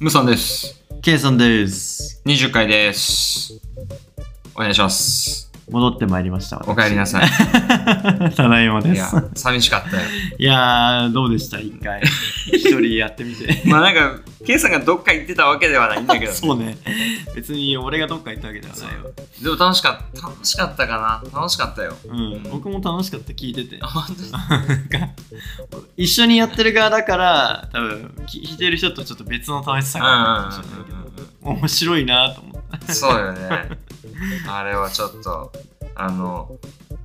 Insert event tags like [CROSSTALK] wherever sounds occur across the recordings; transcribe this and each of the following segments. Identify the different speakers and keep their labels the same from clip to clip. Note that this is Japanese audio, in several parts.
Speaker 1: ムさんです。
Speaker 2: ケイさんです。
Speaker 1: 20回です。お願いします。
Speaker 2: 戻ってまいりました。
Speaker 1: お帰りな [LAUGHS] さい。
Speaker 2: い。 [LAUGHS] ただいまで
Speaker 1: い
Speaker 2: す。い
Speaker 1: や
Speaker 2: や、
Speaker 1: 寂しかったよ。
Speaker 2: ー、どうでした一回。一人やってみて。
Speaker 1: [LAUGHS] まあなんか、ケイさんがどっか行ってたわけではないんだ [LAUGHS] けど、
Speaker 2: [LAUGHS] そうね。別に俺がどっか行ったわけではないわ。
Speaker 1: でも楽しかった。楽しかったかな楽しかったよ。
Speaker 2: うん。僕も楽しかった、聞いてて
Speaker 1: あ。本当に
Speaker 2: なんか一緒にやってる側だから、多分聞いてる人とちょっと別の楽しさがあるかもしれないけ
Speaker 1: うんうんうんうん
Speaker 2: ど、面白いなと思った。
Speaker 1: そうよね。あれはちょっと、あの、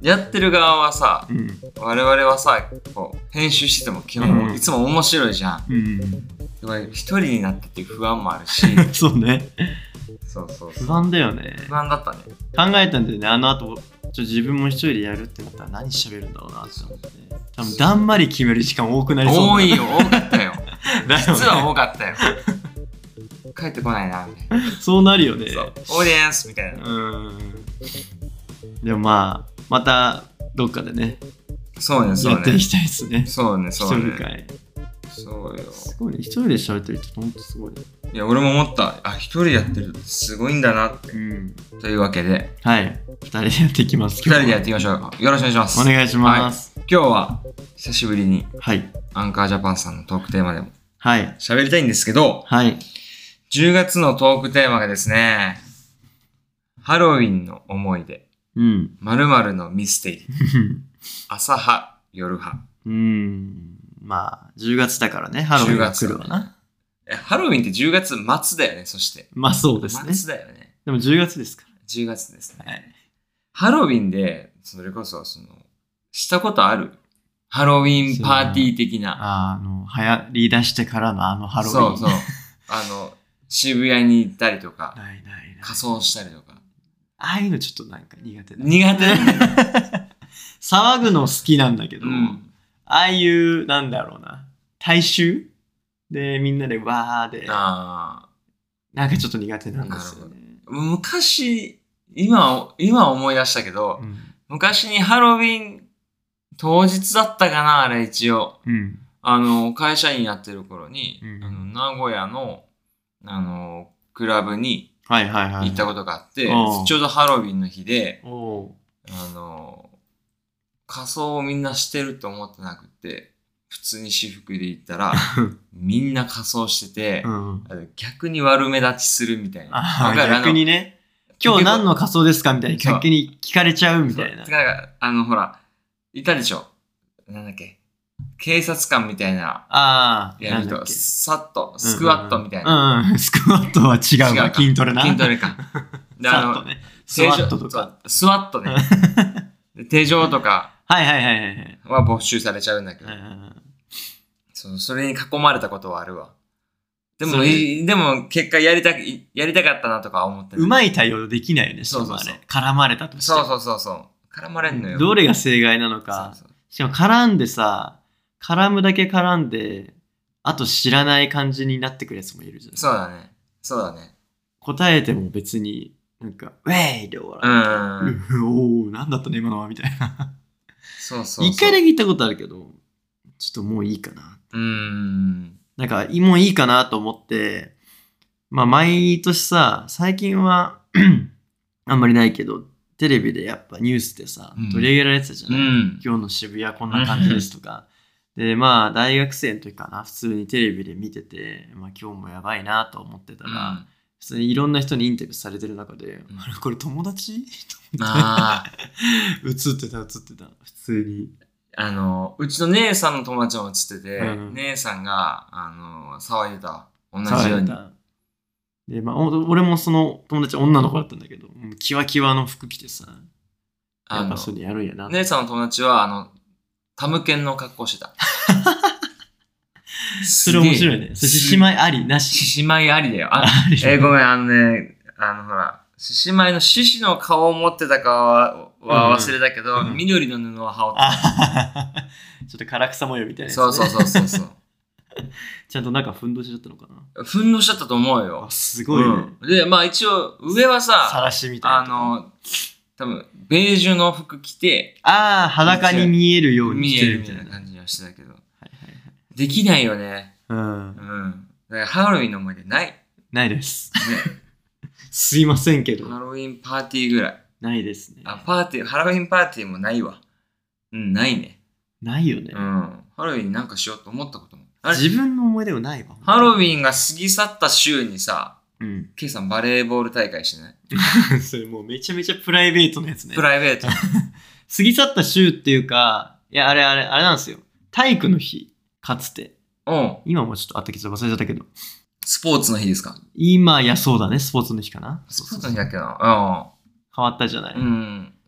Speaker 1: やってる側はさ、
Speaker 2: うん。
Speaker 1: 我々はさ、こう編集してても基
Speaker 2: う
Speaker 1: 本
Speaker 2: ん
Speaker 1: いつも面白いじゃん。
Speaker 2: うん。
Speaker 1: でも一人になったっていう不安もあるし、 [LAUGHS]
Speaker 2: そうね。
Speaker 1: そうそうそう。
Speaker 2: 不安だよね。
Speaker 1: 不安だったね。
Speaker 2: 考えたんだよねあの後ちょっと自分も一人でやるってなったら何喋るんだろうなって思って多分だんまり決める時間多くなりそうな
Speaker 1: 多いよ、多かったよ。
Speaker 2: [LAUGHS] だよね
Speaker 1: 実は多かったよ。帰ってこないな、みたいな。
Speaker 2: そうなるよね
Speaker 1: そうオーディエンスみたいうな。
Speaker 2: んでもまあまたどっかでね
Speaker 1: そうね、そ
Speaker 2: や
Speaker 1: う
Speaker 2: ってい
Speaker 1: ね。
Speaker 2: きたいですね
Speaker 1: そうね、
Speaker 2: 一
Speaker 1: そう
Speaker 2: 人
Speaker 1: ね。
Speaker 2: 会
Speaker 1: そうよ。
Speaker 2: すごいね一人で喋ってる人ほんとすごいね
Speaker 1: いや、俺も思った。あ、一人でやってるってすごいんだなって。
Speaker 2: うん
Speaker 1: というわけで、
Speaker 2: はい二人でやっていきます
Speaker 1: 二人でやってていきましょう。よろしくお願いします。
Speaker 2: お願いします
Speaker 1: 今日は、久しぶりに
Speaker 2: はい
Speaker 1: アンカージャパンさんのトークテーマでも
Speaker 2: はい
Speaker 1: 喋りたいんですけど、
Speaker 2: はい
Speaker 1: 10月のトークテーマがですね、ハロウィンの思い出、
Speaker 2: うん [LAUGHS]
Speaker 1: 〇〇のミステリー、朝派、夜派。
Speaker 2: うんまあ10月だからねハロウィンが来るわ
Speaker 1: 10月だ
Speaker 2: な
Speaker 1: えハロウィンって10月末だよね、そして。
Speaker 2: まあそうですね
Speaker 1: 末だよね。
Speaker 2: でも10月ですか
Speaker 1: 10月ですね。
Speaker 2: ら。はい。
Speaker 1: ハロウィンで、それこそ、その、したことあるハロウィンパーティー的な。
Speaker 2: あの、流行り出してからのあのハロウィン。
Speaker 1: そうそう。 [LAUGHS] あの、渋谷に行ったりとか、
Speaker 2: ないないない。あ
Speaker 1: 仮装したりとか。
Speaker 2: あいうのちょっとなんか苦手だ。
Speaker 1: 苦手なんだよね。
Speaker 2: [LAUGHS] 騒ぐの好きなんだけど、
Speaker 1: うん。
Speaker 2: ああいう、なんだろうな、大衆で、みんなでわーで、
Speaker 1: あ
Speaker 2: なんかちょっと苦手なんですよね。
Speaker 1: あ。昔、今、今思い出したけど
Speaker 2: う、ん。
Speaker 1: 昔にハロウィン当日だったかな、あれ一応。
Speaker 2: うん。
Speaker 1: あの、会社員やってる頃に、
Speaker 2: うん
Speaker 1: あの名古屋の、あの、クラブに
Speaker 2: はいはいはい。
Speaker 1: 行ったことがあって、
Speaker 2: うん
Speaker 1: ちょうどハロウィンの日で、
Speaker 2: と。お
Speaker 1: あの、仮装をみんなしてると思ってなくて、普通に私服で行った
Speaker 2: [LAUGHS]
Speaker 1: ら、みんな仮装してて、
Speaker 2: ーうん。
Speaker 1: あの逆に悪目立ちするみたいな。
Speaker 2: あ
Speaker 1: わか
Speaker 2: ー
Speaker 1: る
Speaker 2: 逆にね、今日何の仮装ですかみたいに
Speaker 1: そう
Speaker 2: 逆に聞かれちゃう
Speaker 1: あの
Speaker 2: みたいな
Speaker 1: そう。なんかあの、ほら、いたでしょ。なんだっけ。警察官みたいな
Speaker 2: ああ、
Speaker 1: やる
Speaker 2: なんだ
Speaker 1: と、
Speaker 2: っけ
Speaker 1: さっと、スクワットみたいな。
Speaker 2: な。うんうん、スクワットは違う
Speaker 1: 違う
Speaker 2: わ。
Speaker 1: か
Speaker 2: 筋トレな。
Speaker 1: 筋トレか。で、
Speaker 2: サッ
Speaker 1: あ
Speaker 2: と
Speaker 1: の、
Speaker 2: ね。ス
Speaker 1: 定
Speaker 2: ワ
Speaker 1: 常
Speaker 2: ットとか。。
Speaker 1: そうスワットね。
Speaker 2: [LAUGHS]
Speaker 1: で手錠とか
Speaker 2: はいはいはいはいはい。
Speaker 1: は没収されちゃうんだけ
Speaker 2: うん
Speaker 1: ど
Speaker 2: う、ん
Speaker 1: そうそれに囲まれたことはあるわ。で
Speaker 2: そ
Speaker 1: も、
Speaker 2: れ
Speaker 1: いでも、結果やりたく、いやりたかったなとかは思って
Speaker 2: うんうまい対応できないよね、しか
Speaker 1: そ
Speaker 2: も
Speaker 1: う
Speaker 2: あ
Speaker 1: そうそう
Speaker 2: れ。絡まれたとして
Speaker 1: そう
Speaker 2: も。
Speaker 1: そうそうそう。絡まれんのよ。
Speaker 2: どれが正解なのか。
Speaker 1: そうそう
Speaker 2: しかも絡んでさ、絡むだけ絡んで、あと知らない感じになってくるやつもいるじゃん。
Speaker 1: そうだね。そうだね。
Speaker 2: 答えても別に、なんか、ウェイで終わ
Speaker 1: う
Speaker 2: らない。
Speaker 1: んうんうん。
Speaker 2: うおー、なんだったね、今のは、みたいな。
Speaker 1: そうそうそう。
Speaker 2: 一回だけ行ったことあるけど、ちょっともういいかな。
Speaker 1: うー
Speaker 2: [LAUGHS]
Speaker 1: ん。
Speaker 2: なんか、もういいかなと思って、まあ、毎年さ、最近は、 [CLEARS THROAT] あんまりないけど、テレビでやっぱニュースでさ
Speaker 1: うん、
Speaker 2: 取り上げられてたじゃ
Speaker 1: う
Speaker 2: ない、
Speaker 1: ん。
Speaker 2: 今日の渋谷こんな感じですとか。で、まあ、大学生の時かな、普通にテレビで見てて、まあ、今日もやばいなと思ってたら、
Speaker 1: あ
Speaker 2: 普通にいろんな人にインタビューされてる中で、
Speaker 1: ん
Speaker 2: あれ [LAUGHS] これ友達 [LAUGHS] と思って
Speaker 1: あー、
Speaker 2: 映ってた、映ってた。普通に。
Speaker 1: あの、うちの姉さんの友達も映ってて、
Speaker 2: うん
Speaker 1: 姉さんが、あの、騒いでたわ。同じように。
Speaker 2: で、まあ、お俺もその友達女の子だったんだけど、もうキワキワの服着てさ、や
Speaker 1: あ
Speaker 2: っ
Speaker 1: の
Speaker 2: ぱ、そういうのやるんやな。
Speaker 1: 姉さんの友達は、あの、タムケンの格好してた。
Speaker 2: [LAUGHS] それ面白い
Speaker 1: すげ
Speaker 2: ね。
Speaker 1: え
Speaker 2: そして姉妹ありな
Speaker 1: 獅
Speaker 2: し。
Speaker 1: 子舞ありだよ。あ、
Speaker 2: あり
Speaker 1: えーごめん、あのね、あの、ほら、獅子舞の獅子の顔を持ってたかはは忘れたけど、
Speaker 2: うんうん
Speaker 1: 緑の布を羽織っ
Speaker 2: あははは [LAUGHS] ちょっと唐草模様みたい
Speaker 1: て
Speaker 2: な
Speaker 1: た。
Speaker 2: やつね、
Speaker 1: そうそうそうそう
Speaker 2: [LAUGHS]
Speaker 1: そう。
Speaker 2: ちゃんとなんかふんどしだったのかな。
Speaker 1: ふんどしだったと思う
Speaker 2: あ
Speaker 1: よ。
Speaker 2: すごいね。
Speaker 1: うんで、まあ一応、上は
Speaker 2: さ
Speaker 1: さ、
Speaker 2: らしみたいな
Speaker 1: あ
Speaker 2: のとか。
Speaker 1: の、多分ベージュの服着て、
Speaker 2: ああ、裸に見えるように
Speaker 1: 見
Speaker 2: し
Speaker 1: え
Speaker 2: て
Speaker 1: る
Speaker 2: る
Speaker 1: み
Speaker 2: みた
Speaker 1: た
Speaker 2: い
Speaker 1: い
Speaker 2: な。
Speaker 1: な
Speaker 2: はい
Speaker 1: 感じはしてたけど。
Speaker 2: はいはい
Speaker 1: できないよね。
Speaker 2: うん
Speaker 1: う、ん。だからハロウィンの思い出ない。ね。
Speaker 2: [LAUGHS] ないです。すいませんけど。
Speaker 1: ハロウィンパーティーぐらい。
Speaker 2: ないですね。
Speaker 1: あ、パーティー、ハロウィンパーティーもないわ。うん、ないね。
Speaker 2: ないよね
Speaker 1: う。ん。ハロウィンなんかしようと思ったことも。あれ、
Speaker 2: 自分の思い出はないわ。
Speaker 1: ハロウ
Speaker 2: ン。
Speaker 1: ィンが過ぎ去った週にさ、
Speaker 2: うん。 [LAUGHS]
Speaker 1: ケイさんバレーボール大会してない
Speaker 2: それもうめちゃめちゃプライベートのやつね。
Speaker 1: プライベー
Speaker 2: [LAUGHS]
Speaker 1: ト。
Speaker 2: 過ぎ去った週っていうか、いや、あれあれ、あれなんですよ。体育の日、かつて。
Speaker 1: うん。
Speaker 2: 今もちょっとあったけど忘れちゃったけど。
Speaker 1: スポーツの日ですか
Speaker 2: 今、いや、そうだね。スポーツの日かな。
Speaker 1: スポーツの日だっけな
Speaker 2: 変わったじゃない。
Speaker 1: うん。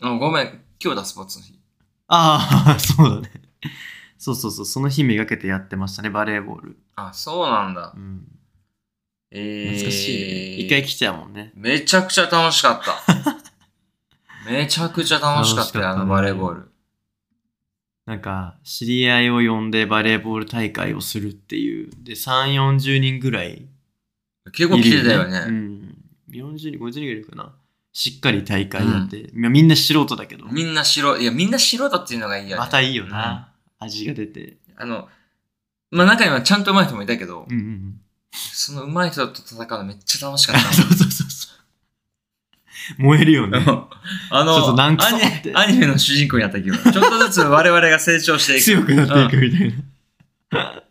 Speaker 1: うん。あごめん。今日だ、スポーツの日。
Speaker 2: ああ、 [LAUGHS] そうだね。そうそうそう。その日めがけてやってましたね、バレーボール。
Speaker 1: あ、そうなんだ
Speaker 2: う。ん。
Speaker 1: えー。
Speaker 2: 懐かしいね。一回来ちゃうもんね。
Speaker 1: めちゃくちゃ楽しか
Speaker 2: [LAUGHS]
Speaker 1: った。めちゃくちゃ楽しかったよ、
Speaker 2: 楽しかったね
Speaker 1: あのバレーボール。
Speaker 2: なんか、知り合いを呼んでバレーボール大会をするっていう。で、3、40人ぐらい
Speaker 1: 結構
Speaker 2: い
Speaker 1: 来
Speaker 2: る
Speaker 1: てたよね。
Speaker 2: うん。40人、50人いるかな。しっかり大会やって。まあみんな素人だけど。
Speaker 1: みんな白い、いや、みんな白だっていうのがいいよね。
Speaker 2: またいいよな。味が出て。
Speaker 1: あの、まあ、中にはちゃんと上手い人もいたけど、
Speaker 2: うんうんうん。
Speaker 1: その上手い人と戦うのめっちゃ楽しかっ
Speaker 2: [LAUGHS] そうそうそうそう。燃えるよ
Speaker 1: た
Speaker 2: ね。
Speaker 1: の。あ
Speaker 2: ちょっと
Speaker 1: の、
Speaker 2: 難
Speaker 1: ア
Speaker 2: 癖
Speaker 1: ニ
Speaker 2: って
Speaker 1: アニメの主人公になった気分。ちょっとずつ我々が成長していく。
Speaker 2: 強くなっていくみたいな。
Speaker 1: うん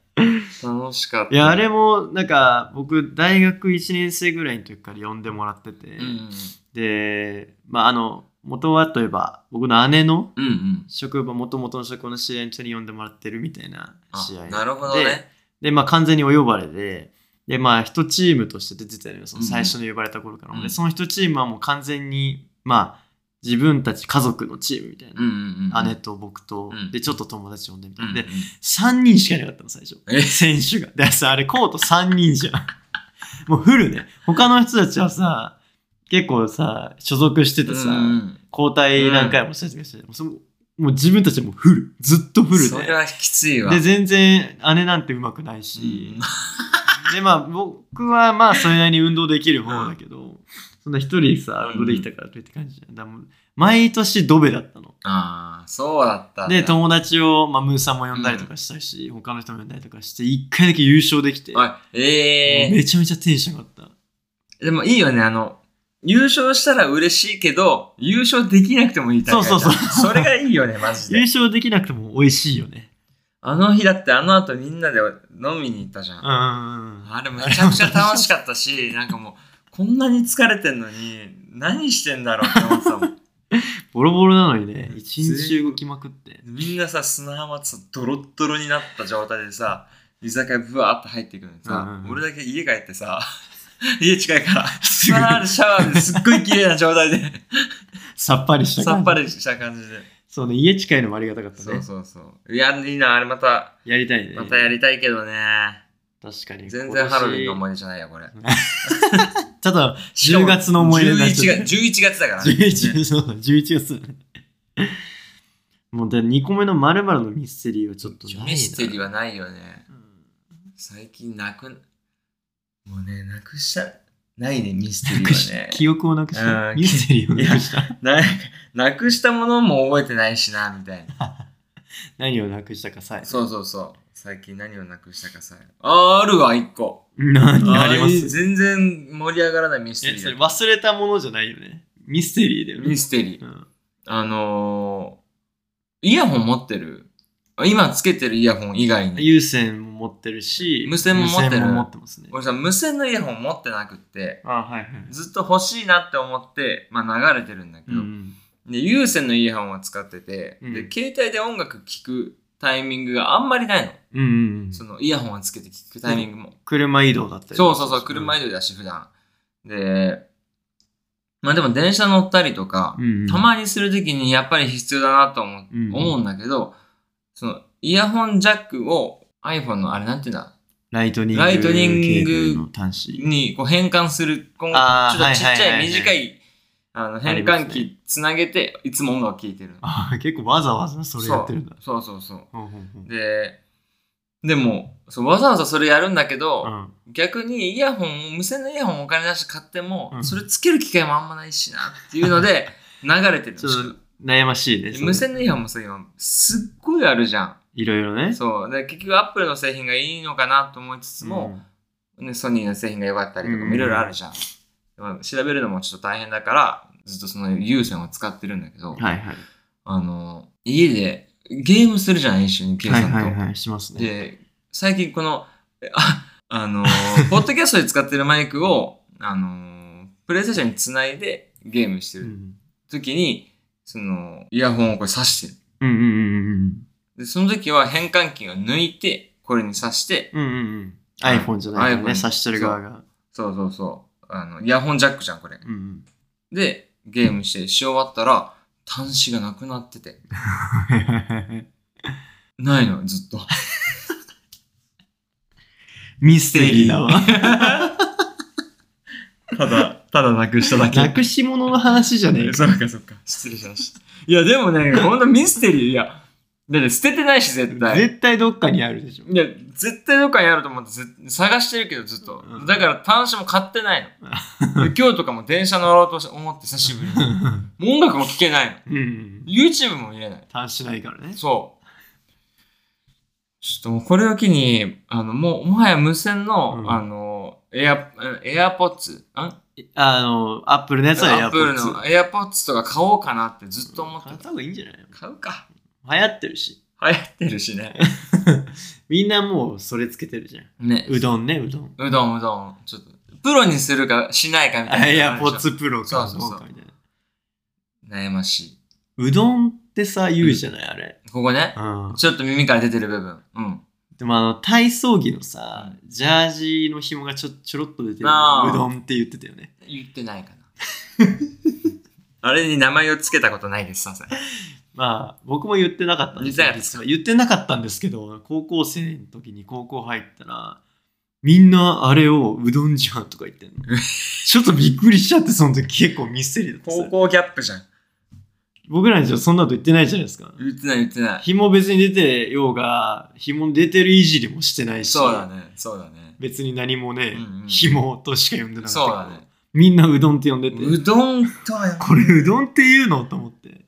Speaker 1: 楽しかった。
Speaker 2: いや、あれも、なんか、僕、大学1年生ぐらいの時から呼んでもらってて、
Speaker 1: うん
Speaker 2: で、まあ、あの、元はといえば、僕の姉の
Speaker 1: うん。うん
Speaker 2: 職場、元々の職場の知り合いの人に呼んでもらってるみたいな試合
Speaker 1: うん。あ、なるほど
Speaker 2: で。
Speaker 1: ね。
Speaker 2: で、まあ、完全にお呼ばれで、で、まあ、一チームとして出てたよね、その
Speaker 1: うんうん
Speaker 2: 最初に呼ばれた頃から。
Speaker 1: うん
Speaker 2: で、その一チームはもう完全に、まあ、自分たち家族のチームみたいな。
Speaker 1: うんうんうん。
Speaker 2: 姉と僕と、
Speaker 1: うん
Speaker 2: で、ちょっと友達呼んでみた
Speaker 1: う
Speaker 2: い
Speaker 1: んう
Speaker 2: な。
Speaker 1: ん。
Speaker 2: で、3人しかいなかったの、最初。
Speaker 1: え
Speaker 2: 選手が。で、さ、あれコート3人じゃん。 [LAUGHS] もうフルね。他の人たちはさ、結構さ、所属しててさ、
Speaker 1: うん
Speaker 2: 交代何回もしたりとかして、もうそもう自分たちもフル。ずっとフル
Speaker 1: そ
Speaker 2: で。
Speaker 1: れはきついわ。
Speaker 2: で、全然姉なんてうまくないし。で、まあ僕はまあそれなりに運動できる方だけど、そんな一人さ、運動できたからといって感じじゃん。だからもう毎年ドベだったの。
Speaker 1: ああ、そうだったんだ。
Speaker 2: で、友達を、まあ、ムーさんも呼んだりとかしたし、他の人も呼んだりとかして、一回だけ優勝できて、
Speaker 1: あええ
Speaker 2: もうめちゃめちゃテンション上がった。
Speaker 1: でもいいよね、あの、優勝したら嬉しいけど、優勝できなくてもいい大会じゃん
Speaker 2: そうそう
Speaker 1: それがいいよね、マジ
Speaker 2: 優
Speaker 1: で。
Speaker 2: 勝できなくても美味しいよね。
Speaker 1: あの日だってあの後みんなで飲みに行ったじゃ。
Speaker 2: うんんうんうん。
Speaker 1: あれめちゃくちゃ楽しかったし、なんかもう、こんなに疲れてんのに、何してんだろうって思ってたもん。
Speaker 2: ボロボロなのにね、一日中動きまくって。
Speaker 1: みんなさ、砂浜さ、ドロッドロになった状態でさ、居酒屋ブワーって入っていくのに
Speaker 2: うんうん
Speaker 1: さ
Speaker 2: う、ん
Speaker 1: 俺だけ家帰ってさ、 [LAUGHS] 家近いから、
Speaker 2: す
Speaker 1: シ
Speaker 2: ぐ
Speaker 1: ャワーですっごい綺麗な状態で、
Speaker 2: [LAUGHS] さっぱりした感じ。
Speaker 1: さっぱりした感じで。
Speaker 2: そうね、家近いのもありがたかったね。
Speaker 1: そうそうそう。いや、いいな、あれまた、
Speaker 2: やりたいね。
Speaker 1: またやりたいけどね。
Speaker 2: 確かに。
Speaker 1: 全然ハロウィンの思
Speaker 2: い
Speaker 1: い出じゃないよ、これ。
Speaker 2: [LAUGHS] 出。ちょっと、
Speaker 1: しかも
Speaker 2: 10月の思い出になっちゃった
Speaker 1: 11月 ,11 月だからね。
Speaker 2: 11, そう11月だね。もうで2個目の〇〇のミステリーはちょっとないな
Speaker 1: ミステリーはないよね。
Speaker 2: うん
Speaker 1: 最近なく、もうね、なくした、ないね、ミステリ
Speaker 2: なくし
Speaker 1: ーはね。
Speaker 2: 記憶をなくし
Speaker 1: う
Speaker 2: た。
Speaker 1: ん
Speaker 2: ミステリーをなくした。
Speaker 1: な [LAUGHS] なくしたものも覚えてないしな、みたいな。
Speaker 2: 何をなくしたかさえ。
Speaker 1: そうそうそう。最近何をなくしたかさえ。あーあるわ、一個。
Speaker 2: 何ありま
Speaker 1: ー
Speaker 2: す
Speaker 1: 全然盛り上がらないミステ
Speaker 2: え、
Speaker 1: リ
Speaker 2: それ
Speaker 1: ーだ。
Speaker 2: 忘れたものじゃないよね。ミステリーだよね。
Speaker 1: ミステリー
Speaker 2: う。ん。
Speaker 1: あのー、イヤホン持ってる今つけてるイヤホン以外に。
Speaker 2: 有線も持ってるし、
Speaker 1: 無線も持ってる
Speaker 2: 無線も持ってますね。
Speaker 1: 俺さ、無線のイヤホン持ってなくって、
Speaker 2: あ、はいはい。
Speaker 1: ずっと欲しいなって思って、まあ流れてるんだけ
Speaker 2: う
Speaker 1: ど、
Speaker 2: ん。で
Speaker 1: で、有線のイヤホンは使ってて、
Speaker 2: うん
Speaker 1: で、携帯で音楽聴くタイミングがあんまりないの。
Speaker 2: うんうんうん。
Speaker 1: そのイヤホンをつけて聴くタイミングも。
Speaker 2: 車移動だったり
Speaker 1: そうそうそう、車移動だし、普段。で、まあでも電車乗ったりとか、
Speaker 2: うんうん
Speaker 1: たまにするときにやっぱり必要だなと思う,、
Speaker 2: うん
Speaker 1: 思うんだけど、そのイヤホンジャックを iPhone のあれなんていうんだ
Speaker 2: ライトニング。
Speaker 1: ライトニング
Speaker 2: ケーブルの端子。
Speaker 1: にこう変換する、こうちょ
Speaker 2: あ
Speaker 1: っ
Speaker 2: ー
Speaker 1: とちっち
Speaker 2: はい
Speaker 1: ゃ
Speaker 2: はいいはいはい
Speaker 1: 短いあの変
Speaker 2: あり
Speaker 1: 換
Speaker 2: ますね
Speaker 1: 器つなげていつも音楽聴いてる。
Speaker 2: あ結構わざわざそれやってるんだ。
Speaker 1: そうそうそうそ
Speaker 2: ほうほうほう
Speaker 1: う。で、でもそうわざわざそれやるんだけど、
Speaker 2: うん
Speaker 1: 逆にイヤホン、無線のイヤホンをお金出して買っても、
Speaker 2: うん
Speaker 1: それつける機会もあんまないしなっていうの
Speaker 2: [LAUGHS]
Speaker 1: で流れてる
Speaker 2: ちょ
Speaker 1: の
Speaker 2: っと悩ましいね。それ
Speaker 1: 無線のイヤホンもさ、今すっごいあるじゃん。
Speaker 2: いろいろね。
Speaker 1: そう。で、結局、アップルの製品がいいのかなと思いつつも、ね、ソニーの製品が良かったりとか
Speaker 2: うん
Speaker 1: もいろいろあるじゃん。でも調べるのもちょっと大変だから、ずっとその有線を使ってるんだけど、
Speaker 2: はいはい。
Speaker 1: あの、家でゲームするじゃん、一緒に、ケイ
Speaker 2: は
Speaker 1: さ
Speaker 2: い
Speaker 1: んと。
Speaker 2: はいはい、しますね。
Speaker 1: で、最近この、えあ、あの [LAUGHS] ーポッドキャストで使ってるマイクを、あのープレイステーションにつないでゲームして
Speaker 2: う
Speaker 1: る
Speaker 2: ん
Speaker 1: 時に、その、イヤホンをこれ挿してる。
Speaker 2: うんうんうん
Speaker 1: で、その時は変換器を抜いて、これに挿して、
Speaker 2: うん。うんうんうん。iPhone じゃないからね、
Speaker 1: iPhone
Speaker 2: 察してる側が。
Speaker 1: そうそうそう、あの、イヤホンジャックじゃん、これ。
Speaker 2: うんうん。
Speaker 1: で、ゲームして、し終わったら、端子がなくなってて。ないのよ、ず [LAUGHS] っと。
Speaker 2: ミステリーだわ。
Speaker 1: ただ、ただなくしただ
Speaker 2: なくし物の話じゃねえ
Speaker 1: [LAUGHS]
Speaker 2: か。
Speaker 1: そうかそうか。失礼しました。いや、でもね、ほんとミステリー。いや、だって捨ててないし、絶対。
Speaker 2: 絶対どっかにあるでしょ。
Speaker 1: いや、絶対どっかにあると思って、ぜ探してるけど、ずっと
Speaker 2: う。ん
Speaker 1: だから、端子も買ってないの。で今日とかも電車乗ろうとし思って、久しぶりに。 [LAUGHS] もう音楽も聴けないの。
Speaker 2: うん。
Speaker 1: YouTube も見れない。
Speaker 2: 端子ないからね。
Speaker 1: そう。ちょっともうこれを機に、あの、もう、もはや無線の、
Speaker 2: うん
Speaker 1: あの、エア、エアポッツ、ん
Speaker 2: あの、アップルのやつは
Speaker 1: アップル
Speaker 2: AirPods。
Speaker 1: のエアポッツとか買おうかなってずっと思って。
Speaker 2: 買ったた方がいいんじゃない
Speaker 1: 買うか。
Speaker 2: 流行ってるし。
Speaker 1: 流行ってるしね。
Speaker 2: みんなもうそれつけてるじゃん。
Speaker 1: ね。
Speaker 2: うどんね、うどん。
Speaker 1: うどん、うどん。ちょっと、プロにするかしないかみたいな。
Speaker 2: エアポッ。ツプロ
Speaker 1: そ
Speaker 2: か
Speaker 1: うそう
Speaker 2: ど
Speaker 1: そう
Speaker 2: うかみたいな。
Speaker 1: 悩ましい。
Speaker 2: うどんってさ、言うじゃない、あれ。
Speaker 1: ここね。
Speaker 2: うん。
Speaker 1: ちょっと耳から出てる部分。うん。
Speaker 2: でもあの、体操着のさ、ジャージの紐がちょちょろっと出てる。う
Speaker 1: あー
Speaker 2: どんって言ってたよね。
Speaker 1: 言ってない [LAUGHS] かな。あれに名前をつけたことないです、さすがに
Speaker 2: まあ、僕も言ってなかったんです
Speaker 1: 言って
Speaker 2: よ
Speaker 1: なかったです
Speaker 2: 実は言ってなかったんですけど、高校生の時に高校入ったら、みんなあれをうどんじゃんとか言ってんの。
Speaker 1: [LAUGHS]
Speaker 2: ちょっとびっくりしちゃって、その時結構ミステリーだったさ
Speaker 1: 高校ギャップじゃん。
Speaker 2: 僕らにじゃそんなこと言ってないじゃないですか。
Speaker 1: 言ってない、言ってない。
Speaker 2: 紐別に出てようが、紐出てるいじりもしてないし、
Speaker 1: そうだね、そうだね。
Speaker 2: 別に何もね、
Speaker 1: うんうん
Speaker 2: 紐としか呼んでなかったけど
Speaker 1: そうだね。
Speaker 2: みんなうどんって呼んでて、
Speaker 1: うどんとはや
Speaker 2: これうどんって言うのと思って。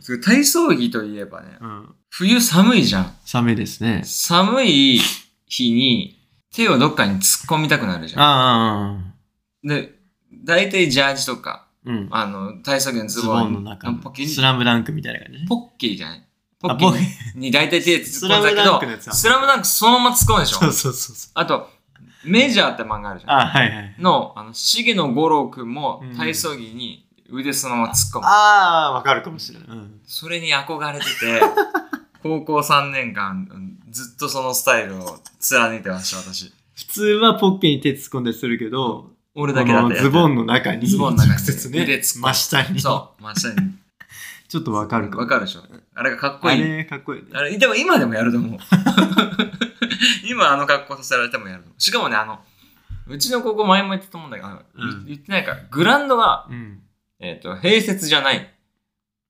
Speaker 1: それ体操着といえばね、
Speaker 2: うん。
Speaker 1: 冬寒いじゃん。
Speaker 2: サメですね。
Speaker 1: 寒い日に手をどっかに突っ込みたくなるじゃん。
Speaker 2: ああ、
Speaker 1: で、大体ジャージとか、
Speaker 2: うん。
Speaker 1: あの、体操着のズ
Speaker 2: ズ
Speaker 1: ボン
Speaker 2: ボンの中の
Speaker 1: ポッキリ
Speaker 2: スラムダンクみたいな感じね。
Speaker 1: ポッキリじゃないポ
Speaker 2: あ
Speaker 1: ッキ
Speaker 2: ポッキ
Speaker 1: リに大体手突っ込んだけ
Speaker 2: スラムダン
Speaker 1: ど
Speaker 2: クのやつ、だ
Speaker 1: スラムダンクそのまま突っ込むでしょ
Speaker 2: そ。うそうそうそう。
Speaker 1: あと、メジャーって漫画あるじゃん。
Speaker 2: あはいはい。
Speaker 1: の、あの、重野五郎くんも
Speaker 2: うん
Speaker 1: 体操着に腕そのまま突っ込む。
Speaker 2: ああ、わかるかもしれない。うん。
Speaker 1: それに憧れてて、
Speaker 2: [LAUGHS]
Speaker 1: 高校3年間、うんずっとそのスタイルを貫いてました、私。
Speaker 2: 普通はポッケに手突っ込んでするけど、
Speaker 1: 俺だ
Speaker 2: こ
Speaker 1: けだっ
Speaker 2: の
Speaker 1: た
Speaker 2: ズボ
Speaker 1: ン
Speaker 2: ンの中に
Speaker 1: ズボンの中に
Speaker 2: 直接ね
Speaker 1: 腕突っ込む
Speaker 2: 真下に
Speaker 1: そう、真下に。
Speaker 2: ちょっとわかるかも
Speaker 1: わかるでしょ。あれがかっこ
Speaker 2: あ
Speaker 1: いい。
Speaker 2: れかっこいいね
Speaker 1: あれ、でも今でもやると思う。今あの格好させられてもやると思う。しかもね、あの、うちの高校前も言ったと思うんだけど、あの
Speaker 2: うん
Speaker 1: 言ってないから、グラウンドが、
Speaker 2: うん
Speaker 1: えっ、と、併設じゃない。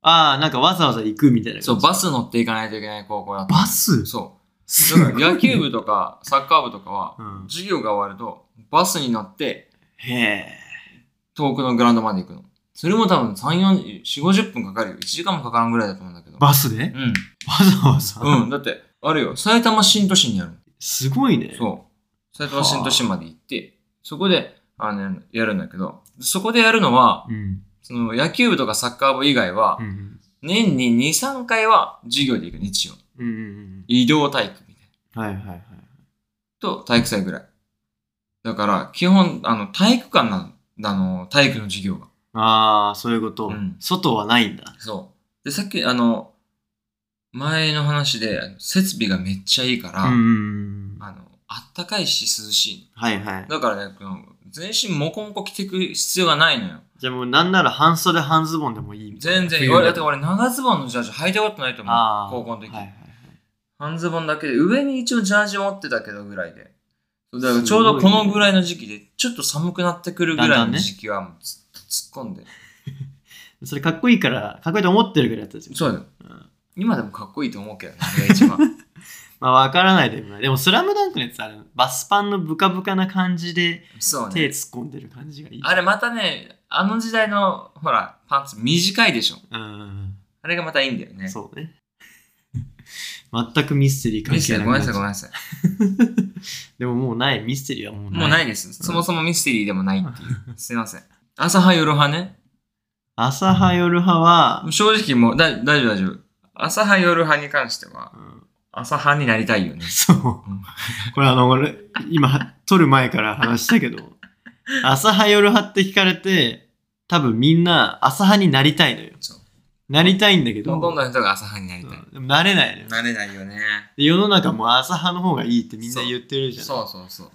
Speaker 2: ああなんかわざわざ行くみたいな感じ
Speaker 1: そう、バス乗っていかないといけない高校だった。
Speaker 2: バス
Speaker 1: そ
Speaker 2: す
Speaker 1: う。だ
Speaker 2: ご
Speaker 1: か
Speaker 2: い
Speaker 1: ら野球部とかサッカー部とかは、
Speaker 2: うん
Speaker 1: 授業が終わると、バスに乗って、
Speaker 2: へえ
Speaker 1: 遠くのグラウンドまで行くの。それも多分3、4、4、50分かかるよ。1時間もかからんぐらいだと思うんだけど。
Speaker 2: バスで
Speaker 1: うん。
Speaker 2: わざわざ
Speaker 1: うん、だって、あるよ。埼玉新都心にある
Speaker 2: すごいね
Speaker 1: そう。埼玉新都心まで行って、そこで、あの、やるんだけど、そこでやるのは、
Speaker 2: うん
Speaker 1: その野球部とかサッカー部以外は
Speaker 2: う、ん
Speaker 1: 年に2、3回は授業で行く、日曜。
Speaker 2: うんうん
Speaker 1: 移動体育みたいな。
Speaker 2: うんはいはいはい
Speaker 1: と、体育祭ぐらい。だから、基本、あの、体育館なの、あの、体育の授業が。
Speaker 2: ああそういうこと、
Speaker 1: うん
Speaker 2: 外はないんだ
Speaker 1: そう。で、さっき、あの、前の話で、あの設備がめっちゃいいから、
Speaker 2: うんうんうん
Speaker 1: あの、あったかいし涼しいの。
Speaker 2: はいはい
Speaker 1: だからね、この全身モコモコ着てく必要がないのよ。
Speaker 2: じゃあもうなんなら半袖半ズボンでもいいみたいな
Speaker 1: 全然、
Speaker 2: 冬でも
Speaker 1: 俺だって俺長ズボンのジャージ履いたことないと思う
Speaker 2: あ。あ
Speaker 1: 高校の時、
Speaker 2: はいはいはい
Speaker 1: 半ズボンだけで、上に一応ジャージ持ってたけどぐらいで。そうだからちょうどこのぐらいの時期で、ちょっと寒くなってくるぐら
Speaker 2: だ
Speaker 1: い
Speaker 2: んだん
Speaker 1: の
Speaker 2: ね
Speaker 1: 時期はもうずっと突っ込んで。
Speaker 2: それかっこいいからかっこいいと思ってるぐらいやったんですよ
Speaker 1: そうだよ。
Speaker 2: うん
Speaker 1: 今でもかっこいいと思う [LAUGHS] けどね、あれが一番。
Speaker 2: まあわからないでもないでも「スラムダンクのやつあれバスパンのブカブカな感じで
Speaker 1: そう
Speaker 2: 手
Speaker 1: ね。
Speaker 2: 突っ込んでる感じがいい。
Speaker 1: あれまたね、あの時代の、ほら、パンツ短いでしょ。
Speaker 2: うん。
Speaker 1: あれがまたいいんだよね。
Speaker 2: そうね。 [LAUGHS] 全くミステリー関
Speaker 1: ミステ
Speaker 2: 係
Speaker 1: リ
Speaker 2: な
Speaker 1: ー
Speaker 2: く
Speaker 1: ごめん
Speaker 2: な
Speaker 1: な
Speaker 2: っち
Speaker 1: さ
Speaker 2: ゃ
Speaker 1: い、ご
Speaker 2: う
Speaker 1: めんなさい。
Speaker 2: でももうない、ミステリーはもうない。
Speaker 1: もうないです。そもそもミステリーでもないっていう。すいません。朝派、夜派ね。
Speaker 2: 朝派、夜派は、
Speaker 1: 正直もう、だ大丈夫、大丈夫。朝派、夜派に関しては、
Speaker 2: うん
Speaker 1: 朝派になりたいよね。
Speaker 2: そう。これあの、俺今、撮る前から話したけど、朝派、夜派って聞かれて、多分みんな朝派になりたいのよ
Speaker 1: そう。
Speaker 2: なりたいんだけど、
Speaker 1: ほとんどの人が朝派になりたい。
Speaker 2: うんでもなれないのよ。
Speaker 1: なれないよね。
Speaker 2: で世の中も朝派の方がいいってみんな言ってるじゃん。
Speaker 1: そうそうそう。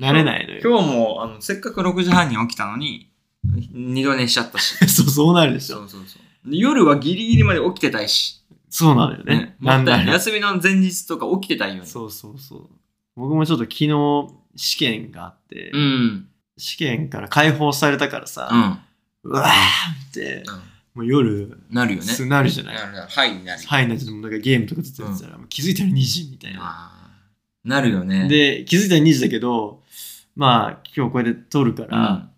Speaker 2: なれないのよ。 [LAUGHS]
Speaker 1: 今日も、あの、せっかく6時半に起きたのに、二度寝しちゃったし。
Speaker 2: そう、そうなるでしょ。
Speaker 1: う [LAUGHS] そうそう。で夜はギリギリまで起きてたいし。
Speaker 2: そうなのよね。な
Speaker 1: も
Speaker 2: ん
Speaker 1: った
Speaker 2: だ
Speaker 1: いない
Speaker 2: ろう
Speaker 1: 休みの前日とか起きてたいよね。
Speaker 2: そうそうそう。僕もちょっと昨日、試験があって、
Speaker 1: うん。
Speaker 2: 試験から解放されたからさ、
Speaker 1: うん。
Speaker 2: うわーって、もう夜、
Speaker 1: なるよね。
Speaker 2: すなるじゃない。
Speaker 1: なるなる。はい、なる。
Speaker 2: はい、なんてもうなんかゲームとかずっとやってたら、もう気づいたら2時みたいな。
Speaker 1: あーなるよね。、
Speaker 2: で、気づいたら2時だけど、まあ、今日こうやって撮るか
Speaker 1: う
Speaker 2: ら、
Speaker 1: ん。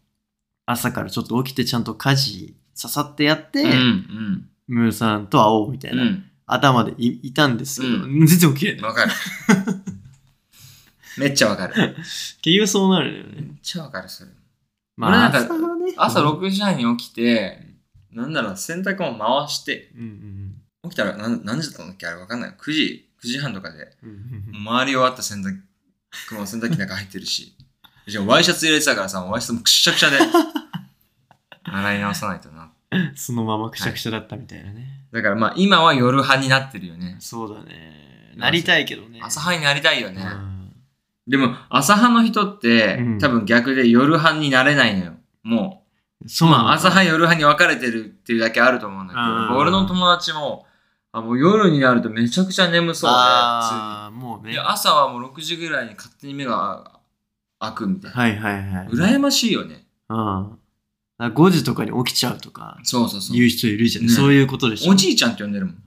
Speaker 2: 朝からちょっと起きてちゃんと家事ささってやって、
Speaker 1: うん。うん
Speaker 2: ムーさんと会おうみたいな、
Speaker 1: う
Speaker 2: 頭でいいたんですけど、
Speaker 1: う
Speaker 2: 全然起きれ
Speaker 1: ん。
Speaker 2: ない。
Speaker 1: わかる。 [LAUGHS] めっちゃわかる。めっ
Speaker 2: 結局そうなるよね。
Speaker 1: ちゃわかる、それ。
Speaker 2: ま
Speaker 1: 俺
Speaker 2: あ、
Speaker 1: なんか
Speaker 2: 朝はね。
Speaker 1: 朝6時半に起きて、なんだろう、洗濯も回して、
Speaker 2: うんうん
Speaker 1: 起きたら何何時だったんだっけあれわかんない。9時、9時半とかで、
Speaker 2: うんうんうん。
Speaker 1: 周り終わった洗濯も洗濯機なんか入ってるし。 [LAUGHS] じゃあワイシャツ入れてたからさ、ワイシャツもくしゃくしゃで。 [LAUGHS] 洗い直さないとな。
Speaker 2: そのままくしゃくしゃだったみたいなね。
Speaker 1: だからまあ今は夜派になってるよね。
Speaker 2: そうだね。なりたいけどね。
Speaker 1: 朝派になりたいよね。
Speaker 2: うん
Speaker 1: でも朝派の人って、
Speaker 2: うん
Speaker 1: 多分逆で夜派になれないのよ。も、
Speaker 2: そううな
Speaker 1: ま
Speaker 2: の
Speaker 1: あ朝派夜派に分かれてるっていうだけあると思うんだけど、
Speaker 2: うん
Speaker 1: やっぱ俺の友達も、あもう夜になるとめちゃくちゃ眠そうで、
Speaker 2: ああ、もう
Speaker 1: 普通に
Speaker 2: ね。
Speaker 1: で
Speaker 2: は
Speaker 1: 朝はもう6時ぐらいに勝手に目が開くみたいな。
Speaker 2: いはいはい。
Speaker 1: 羨ましいよね。
Speaker 2: うん。あ5時とかに起きちゃうとか
Speaker 1: そうそうそう。
Speaker 2: 言う人いるじゃん。
Speaker 1: ね
Speaker 2: そういうことでしょ。
Speaker 1: おじいちゃんって呼んでるもん。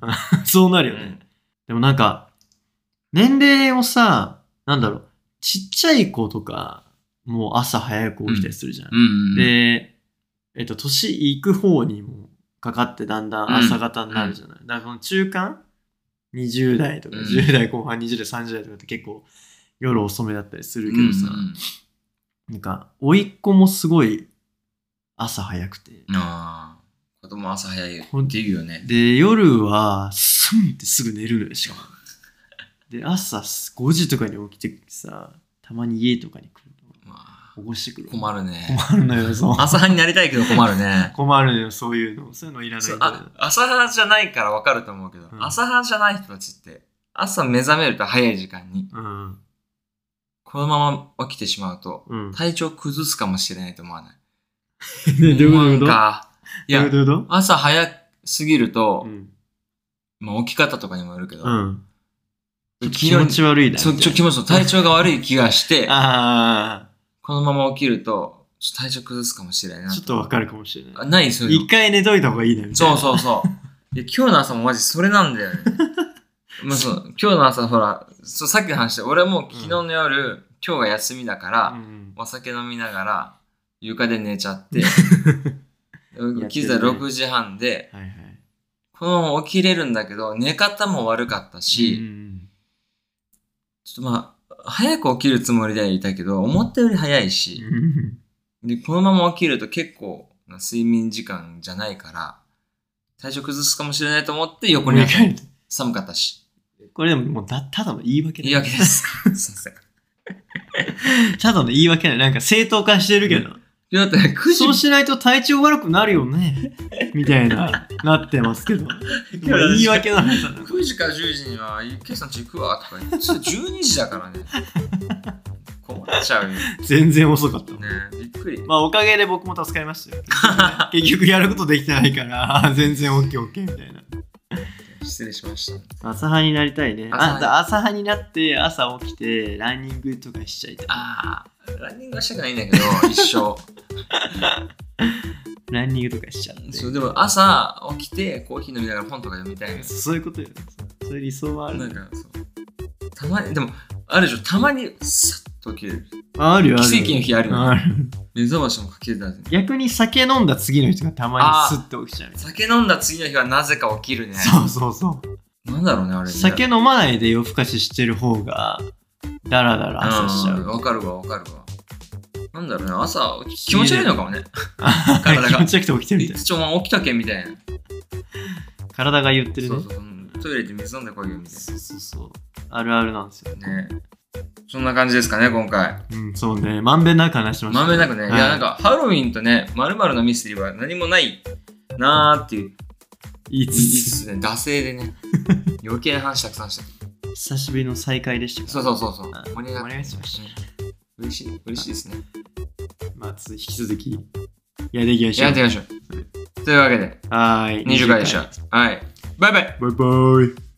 Speaker 2: そうなるよね。
Speaker 1: うん
Speaker 2: でもなんか、年齢をさ、なんだろう、ちっちゃい子とか、もう朝早く起きたりするじゃん。
Speaker 1: うんうん
Speaker 2: で、えっと、年いく方にもかかってだんだん朝方になるじゃない。だからその中間 ?20 代とか、
Speaker 1: うん
Speaker 2: 10代後半、20代、30代とかって結構夜遅めだったりするけどさ、
Speaker 1: うんうん
Speaker 2: なんか、甥いっ子もすごい朝早くて、
Speaker 1: ああ。子供朝早いよ
Speaker 2: ほん
Speaker 1: って言うよね。
Speaker 2: で、夜は、スンってすぐ寝るのよ、しかも。で、朝5時とかに起きてさ、たまに家とかに来るの。
Speaker 1: まあ、
Speaker 2: 起こしてくる。
Speaker 1: 困るね。
Speaker 2: 困るのよ、そう。。
Speaker 1: 朝派になりたいけど困るね
Speaker 2: 困るのよ、そういうの。そういうのいらない
Speaker 1: そうん
Speaker 2: だよ
Speaker 1: あ朝派じゃないから分かると思うけど、
Speaker 2: うん
Speaker 1: 朝派じゃない人たちって、朝目覚めると早い時間に、
Speaker 2: うん。
Speaker 1: このまま起きてしまうと、
Speaker 2: うん。
Speaker 1: 体調崩すかもしれないと思わない。
Speaker 2: で、どういうこと
Speaker 1: か。いや
Speaker 2: どう、いうこ
Speaker 1: 朝早すぎる
Speaker 2: と
Speaker 1: と
Speaker 2: う、ん。
Speaker 1: まあ起き方とかにもよるけど、
Speaker 2: うん。ちょっと
Speaker 1: 昨日
Speaker 2: 気持ち悪いな。
Speaker 1: そうちょ
Speaker 2: み
Speaker 1: 気
Speaker 2: たい
Speaker 1: 持ち悪い体調が悪い気がして、
Speaker 2: なあ
Speaker 1: このまま起きると、ちょっと体調崩すかもしれない
Speaker 2: あ、
Speaker 1: な。
Speaker 2: ちょっとわかるかもしれ
Speaker 1: あ
Speaker 2: ない。
Speaker 1: ないそういうの
Speaker 2: 一回寝といた方がいいな、みたい
Speaker 1: そう
Speaker 2: な。う。
Speaker 1: そうそう。いや、今日の朝もマジそれなん
Speaker 2: [LAUGHS]
Speaker 1: だよね。まあそう、今日の朝ほら、そうさっきの話で、俺はもう昨日の夜、今日が休みだから、
Speaker 2: ん。
Speaker 1: お酒飲みながら、床で寝ちゃ
Speaker 2: [LAUGHS]
Speaker 1: って、
Speaker 2: ね
Speaker 1: 気づいたら6時半で、
Speaker 2: はいはい。
Speaker 1: このまま起きれるんだけど、寝方も悪かったし、
Speaker 2: うん
Speaker 1: ちょっとまあ、早く起きるつもりではいたけど、思ったより早いうし、
Speaker 2: ん。
Speaker 1: で、このまま起きると結構な睡眠時間じゃないから、体調崩すかもしれないと思って横になった
Speaker 2: 寝返る
Speaker 1: 寒かったし。
Speaker 2: これでももうだ、ただの言い訳だ
Speaker 1: 言い訳
Speaker 2: [LAUGHS]
Speaker 1: です。すいません。
Speaker 2: ただの言い訳だよ。なんか正当化してるけど。
Speaker 1: だって9時
Speaker 2: そうしないと体調悪くなるよね。みたいな、なってま
Speaker 1: [LAUGHS]
Speaker 2: すけど。もう言い訳なのさ。
Speaker 1: 9時か10時には、ケイさんち行くわとか言って、12時だから
Speaker 2: [LAUGHS]
Speaker 1: ね。困っちゃうよね。
Speaker 2: 全然遅かった。
Speaker 1: びっくり。
Speaker 2: まあおかげで僕も助かり
Speaker 1: [LAUGHS]
Speaker 2: ましたよ。結局やることできてないから、 [LAUGHS] 全然 OKOK みたいな。
Speaker 1: 失礼しました。
Speaker 2: 朝派になりたいね。
Speaker 1: 朝
Speaker 2: あ
Speaker 1: 派
Speaker 2: 朝派になって、朝起きて、ランニングとかしちゃいたい。
Speaker 1: ああ、ランニングはしたくないん
Speaker 2: [LAUGHS]
Speaker 1: だけど、一生。
Speaker 2: ランニングとかしちゃって。
Speaker 1: そう、でも朝起きてコーヒー飲みながら本とか読みたいな。
Speaker 2: そういうことよ。そういう理想はある
Speaker 1: な
Speaker 2: ね
Speaker 1: ん。か、そう。たまに、でも、あるでしょ、たまにさっと起きれる。
Speaker 2: あるよ、ある。
Speaker 1: 奇跡の日あるよね
Speaker 2: ある
Speaker 1: 目覚ましもかけてたぜ。
Speaker 2: 逆に酒飲んだ次の人がたまにスッと起きちゃうみたいな。
Speaker 1: 酒飲んだ次の日はなぜか起きるね。
Speaker 2: そうそうそう。
Speaker 1: なんだろうね、あれね。
Speaker 2: 酒飲まないで夜更かししてる方がダラダラ朝しちゃ
Speaker 1: うん
Speaker 2: う
Speaker 1: わかるわ、わかるわ。なんだろうね、朝気持ち悪いのかも
Speaker 2: [LAUGHS]
Speaker 1: ね。体が
Speaker 2: 気持ちよくて起きてるみ
Speaker 1: い
Speaker 2: たいな
Speaker 1: つちょま起きたけみたいな。
Speaker 2: 体が言ってる
Speaker 1: そ
Speaker 2: ね
Speaker 1: うそううんトイレ行って水飲んでこいよみた
Speaker 2: そうそうそうあるあるなんですよ
Speaker 1: いな。ねそんな感じですかね、今回。
Speaker 2: うんそうねまんべんなく話しました
Speaker 1: まんべんなくね、い、や、なん
Speaker 2: か
Speaker 1: かハロウィンとね、まるのミステリーは何もないなーっていう、
Speaker 2: い
Speaker 1: 言い
Speaker 2: つ
Speaker 1: つつね、惰性で
Speaker 2: [LAUGHS]
Speaker 1: ね、余計な話たくさんして
Speaker 2: 久しぶりの再会でした
Speaker 1: そうそうそうそう
Speaker 2: あ。
Speaker 1: 盛り上が
Speaker 2: 盛り上がってまし
Speaker 1: 嬉しい、嬉しいですね。
Speaker 2: まあつ引き続きやっていきましょ
Speaker 1: や
Speaker 2: う
Speaker 1: ってみましょう。というわけで、
Speaker 2: はーい
Speaker 1: 20回でした。はい。バイバイ
Speaker 2: バイバイ